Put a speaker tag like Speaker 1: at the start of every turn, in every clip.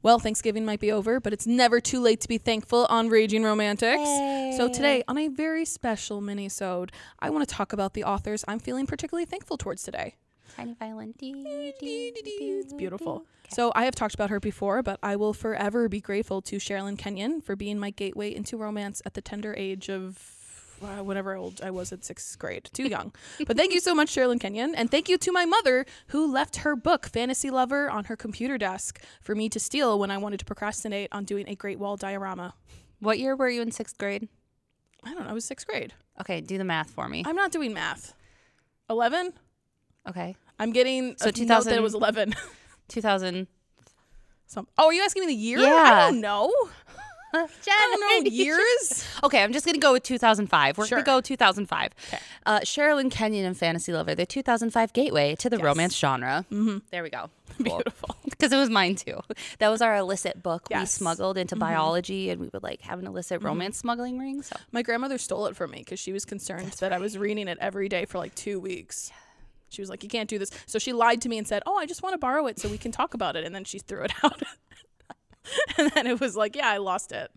Speaker 1: Well, Thanksgiving might be over, but it's never too late to be thankful on Raging Romantics. So today, on a very special mini-sode, I want to talk about the authors I'm feeling particularly thankful towards today.
Speaker 2: Tiny violin.
Speaker 1: It's beautiful. So I have talked about her before, but I will forever be grateful to Sherilyn Kenyon for being my gateway into romance at the tender age of uh, whatever old I was at sixth grade. Too young. but thank you so much, Sherilyn Kenyon. And thank you to my mother who left her book, Fantasy Lover, on her computer desk for me to steal when I wanted to procrastinate on doing a Great Wall diorama.
Speaker 2: What year were you in sixth grade?
Speaker 1: I don't know, I was sixth grade.
Speaker 2: Okay, do the math for me.
Speaker 1: I'm not doing math. 11?
Speaker 2: Okay,
Speaker 1: I'm getting
Speaker 2: So
Speaker 1: so 2000 that it
Speaker 2: 2000
Speaker 1: was 11.
Speaker 2: 2000.
Speaker 1: Some, oh, are you asking me the year? I
Speaker 2: Yeah.
Speaker 1: don't know. I don't know years.
Speaker 2: Okay, I'm just gonna go with 2005. We're
Speaker 1: Sure.
Speaker 2: gonna go 2005. Uh, Sherilyn Kenyon and Fantasy Lover, the 2005 gateway to the romance genre. Mm-hmm. There we go.
Speaker 1: Beautiful.
Speaker 2: Because it was mine too. That was our illicit book we
Speaker 1: Yes. Mm-hmm.
Speaker 2: smuggled into biology, and we would like have an illicit romance smuggling ring. So
Speaker 1: My grandmother stole it from me because she was concerned that I was reading it every day for like two weeks. She was like, "You can't do this," so she lied to me and said, "Oh, I just want to borrow it so we can talk about it," and then she threw it out. and then it was like, "Yeah, I lost it."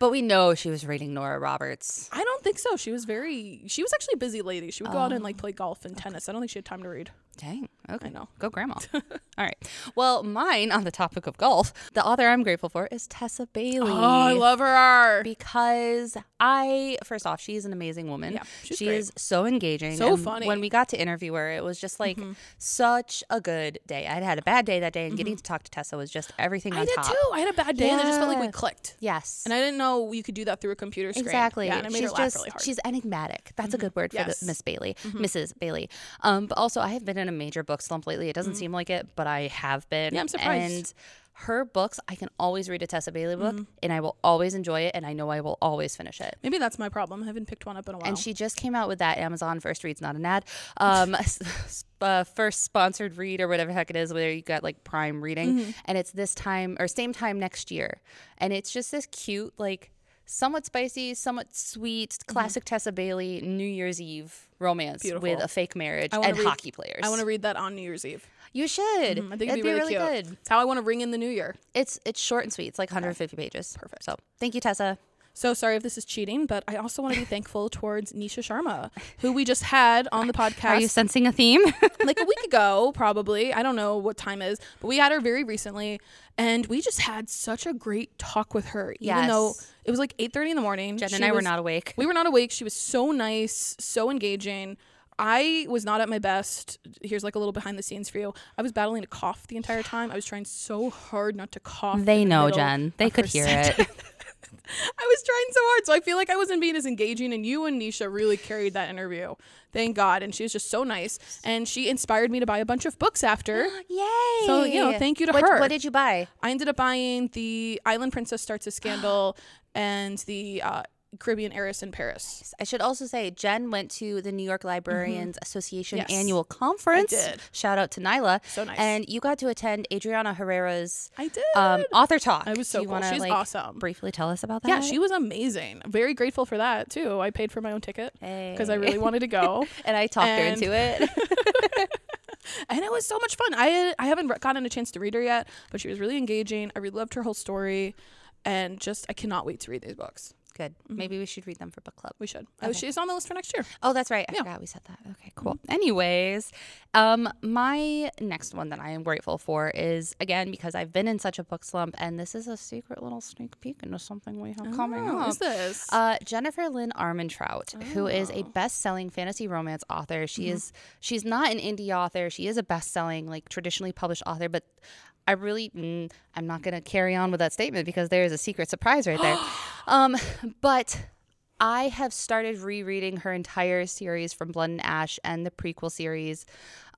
Speaker 2: But we know she was reading Nora Roberts.
Speaker 1: I don't think so. She was very. She was actually a busy lady. She would go out and
Speaker 2: Oh.
Speaker 1: like play golf and tennis. I don't think she had time to read.
Speaker 2: Dang. Okay.
Speaker 1: I know.
Speaker 2: Go, Grandma. All right. Well, mine on the topic of golf, the author I'm grateful for is Tessa Bailey.
Speaker 1: Oh, I love her.
Speaker 2: because I, first off, she's an amazing woman.
Speaker 1: Yeah, she's
Speaker 2: she
Speaker 1: great.
Speaker 2: is so engaging.
Speaker 1: So
Speaker 2: and
Speaker 1: funny. Mm-hmm.
Speaker 2: When we got to interview her, it was just like such a good day. I'd had a bad day that day, and getting to talk to Tessa was just everything
Speaker 1: Mm-hmm. I
Speaker 2: on
Speaker 1: did
Speaker 2: top.
Speaker 1: too. I had a bad day, and I just felt like we
Speaker 2: Yeah.
Speaker 1: clicked.
Speaker 2: Yes.
Speaker 1: And I didn't know you could do that through a computer screen.
Speaker 2: Exactly.
Speaker 1: Yeah, and I made
Speaker 2: she's
Speaker 1: her laugh
Speaker 2: just
Speaker 1: really hard. Mm-hmm.
Speaker 2: she's enigmatic. That's a good word for
Speaker 1: Yes. Mm-hmm.
Speaker 2: the, Miss Bailey, Mrs. Bailey. Um, but also I have been in a major book slump lately. It doesn't seem like it, but I have been.
Speaker 1: Mm. Yeah, I'm surprised.
Speaker 2: And her books, I can always read a Tessa Bailey book,
Speaker 1: Mm-hmm.
Speaker 2: and I will always enjoy it, and I know I will always finish it.
Speaker 1: Maybe that's my problem. I haven't picked one up in a while.
Speaker 2: And she just came out with that Amazon first read's not an ad, um, s- uh, first sponsored read or whatever the heck it is, where you got like Prime reading,
Speaker 1: Mm-hmm.
Speaker 2: and it's this time or same time next year, and it's just this cute like. Somewhat spicy, somewhat sweet,
Speaker 1: Mm-hmm.
Speaker 2: classic Tessa Bailey New Year's Eve romance with
Speaker 1: Beautiful.
Speaker 2: a fake marriage
Speaker 1: wanna
Speaker 2: and
Speaker 1: read-
Speaker 2: hockey players.
Speaker 1: I want to read that on New Year's Eve.
Speaker 2: you should.
Speaker 1: I think
Speaker 2: That'd
Speaker 1: it'd be really,
Speaker 2: really
Speaker 1: cute.
Speaker 2: good.
Speaker 1: It's how I want to ring in the new year.
Speaker 2: It's it's short and sweet. It's like 150 pages.
Speaker 1: Perfect.
Speaker 2: So thank you, Tessa.
Speaker 1: So sorry if this is cheating, but I also want to be thankful towards Nisha Sharma, who we just had on the
Speaker 2: Are you
Speaker 1: podcast
Speaker 2: sensing a theme?
Speaker 1: like a week ago, probably. I don't know what time it is, but we had her very recently, and we just had such a great talk with her. Even
Speaker 2: Yes.
Speaker 1: though it was like eight thirty in the morning,
Speaker 2: Jen
Speaker 1: she
Speaker 2: and I were
Speaker 1: was-
Speaker 2: not awake.
Speaker 1: We were not awake. She was so nice, so engaging. I was not at my best. Here's like a little behind the scenes for you. I was battling a cough the entire time. I was trying so hard not to cough.
Speaker 2: They
Speaker 1: in the
Speaker 2: know,
Speaker 1: middle
Speaker 2: Jen. They
Speaker 1: of
Speaker 2: could
Speaker 1: her
Speaker 2: hear
Speaker 1: sentence.
Speaker 2: it.
Speaker 1: I was trying so hard. So I feel like I wasn't being as engaging. And you and Nisha really carried that interview. Thank God. And she was just so nice. And she inspired me to buy a bunch of books after.
Speaker 2: Yay!
Speaker 1: So, you know, thank you to
Speaker 2: what,
Speaker 1: her.
Speaker 2: What did you buy?
Speaker 1: I ended up buying The Island Princess Starts a Scandal and the uh, Caribbean Heiress in Paris.
Speaker 2: I should also say Jen went to the New York Librarians Association
Speaker 1: Mm-hmm. Yes.
Speaker 2: annual conference.
Speaker 1: did.
Speaker 2: Shout out to Nyla.
Speaker 1: So nice.
Speaker 2: And you got to attend Adriana Herrera's
Speaker 1: I did.
Speaker 2: um, author talk. I
Speaker 1: was so
Speaker 2: you
Speaker 1: cool.
Speaker 2: Wanna,
Speaker 1: She's
Speaker 2: like,
Speaker 1: awesome.
Speaker 2: Briefly tell us about that.
Speaker 1: yeah, she was amazing. Very grateful for that, too. I paid for my own ticket because I really
Speaker 2: Hey.
Speaker 1: wanted to go.
Speaker 2: and I talked
Speaker 1: and-
Speaker 2: her into it.
Speaker 1: and it was so much fun. I I haven't re- gotten a chance to read her yet, but she was really engaging. I really loved her whole story, and just I cannot wait to read these books.
Speaker 2: Good.
Speaker 1: Mm-hmm.
Speaker 2: Maybe we should read them for book club.
Speaker 1: We should. Oh, she's on the list for next year.
Speaker 2: Oh, that's right. I forgot we said that. Okay,
Speaker 1: Mm-hmm.
Speaker 2: cool. Anyways, um, my next one that I am grateful for is again because I've been in such a book slump, and this is a secret little sneak peek into something we have coming
Speaker 1: Oh,
Speaker 2: up.
Speaker 1: is this? Oh.
Speaker 2: Uh, Jennifer Lynn Armentrout, who is a best-selling fantasy romance author.
Speaker 1: Mm-hmm.
Speaker 2: She is she's not an indie author. She is a best-selling like traditionally published author, but I really mm, I'm not going to carry on with that statement because there is a secret surprise right there. um, but I have started rereading her entire series from Blood and Ash and the prequel series,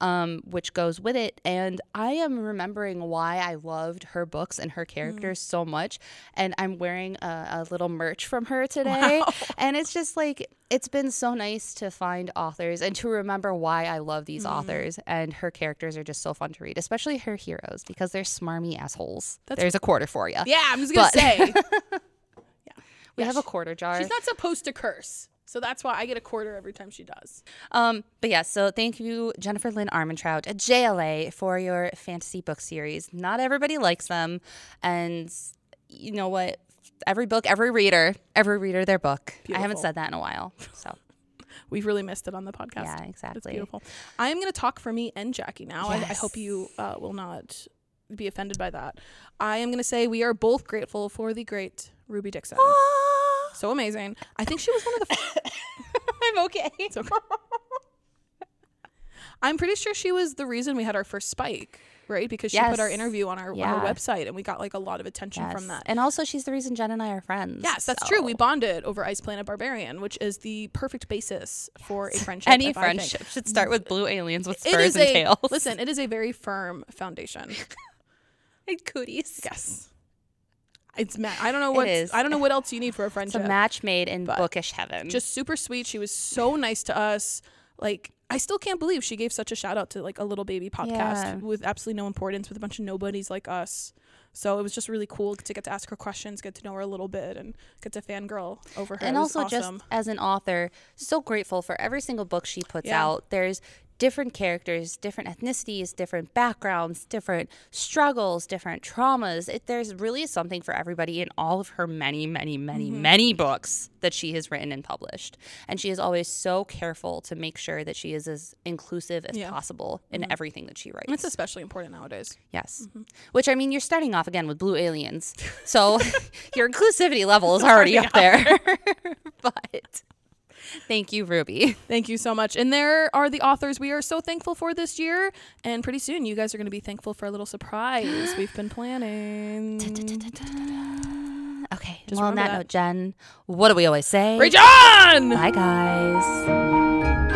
Speaker 2: um, which goes with it. And I am remembering why I loved her books and her characters so much. And I'm wearing a, a little merch from her today. And it's just like, it's been so nice to find authors and to remember why I love these authors. And her characters are just so fun to read, especially her heroes, because they're smarmy assholes. There's a quarter for you.
Speaker 1: yeah, I'm just gonna
Speaker 2: but-
Speaker 1: say
Speaker 2: We have a quarter jar.
Speaker 1: she's not supposed to curse. So that's why I get a quarter every time she does.
Speaker 2: Um, but yeah, so thank you, Jennifer Lynn Armentrout at JLA, for your fantasy book series. Not everybody likes them, and you know what? Every book, every reader, every reader their book. I haven't
Speaker 1: Beautiful.
Speaker 2: said that in a while, so
Speaker 1: We've really missed it on the podcast.
Speaker 2: yeah,
Speaker 1: It's
Speaker 2: exactly.
Speaker 1: beautiful. I am going to talk for me and Jackie now. I, I hope
Speaker 2: Yes.
Speaker 1: you uh, will not be offended by that. I am going to say we are both grateful for the great Ruby Dixon. so amazing. I think she was one of the. F-
Speaker 2: I'm okay.
Speaker 1: it's okay. I'm pretty sure she was the reason we had our first spike, right? Because she put our
Speaker 2: Yes.
Speaker 1: interview on our, on our
Speaker 2: Yeah.
Speaker 1: website and we got like a lot of attention
Speaker 2: Yes.
Speaker 1: from that.
Speaker 2: and also she's the reason Jen and I are friends.
Speaker 1: Yes, that's
Speaker 2: so-
Speaker 1: true. We bonded over Ice Planet Barbarian, which is the perfect basis for a friendship.
Speaker 2: Any
Speaker 1: if I think.
Speaker 2: friendship should start with blue aliens with
Speaker 1: It
Speaker 2: spurs
Speaker 1: is
Speaker 2: and
Speaker 1: a
Speaker 2: tails.
Speaker 1: listen. It is a very firm foundation.
Speaker 2: and cooties.
Speaker 1: yes, it's. Ma- I don't know what.
Speaker 2: is.
Speaker 1: I don't know what else you need for a
Speaker 2: It's a
Speaker 1: friendship.
Speaker 2: match made in
Speaker 1: But
Speaker 2: bookish heaven.
Speaker 1: Just super sweet. She was so nice to us. Like I still can't believe she gave such a shout out to like a little baby podcast
Speaker 2: Yeah.
Speaker 1: with absolutely no importance, with a bunch of nobodies like us. So it was just really cool to get to ask her questions, get to know her a little bit, and get to fangirl over her.
Speaker 2: and
Speaker 1: It was
Speaker 2: also
Speaker 1: awesome.
Speaker 2: just as an author so grateful for every single book she puts
Speaker 1: Yeah.
Speaker 2: out there's different characters different ethnicities different backgrounds different struggles different traumas it, there's really something for everybody in all of her many many many
Speaker 1: Mm-hmm.
Speaker 2: many books that she has written and published and she is always so careful to make sure that she is as inclusive as
Speaker 1: Yeah. Mm-hmm.
Speaker 2: possible in everything that she writes
Speaker 1: it's especially important nowadays.
Speaker 2: yes which i mean you're starting off again with blue aliens so your inclusivity level is already up there but thank you ruby
Speaker 1: Thank you so much. And there are the authors we are so thankful for this year. And pretty soon, you guys are going to be thankful for a little surprise we've been planning.
Speaker 2: okay well on
Speaker 1: remember
Speaker 2: that,
Speaker 1: that.
Speaker 2: note jen what do we always say
Speaker 1: Ray John!
Speaker 2: bye guys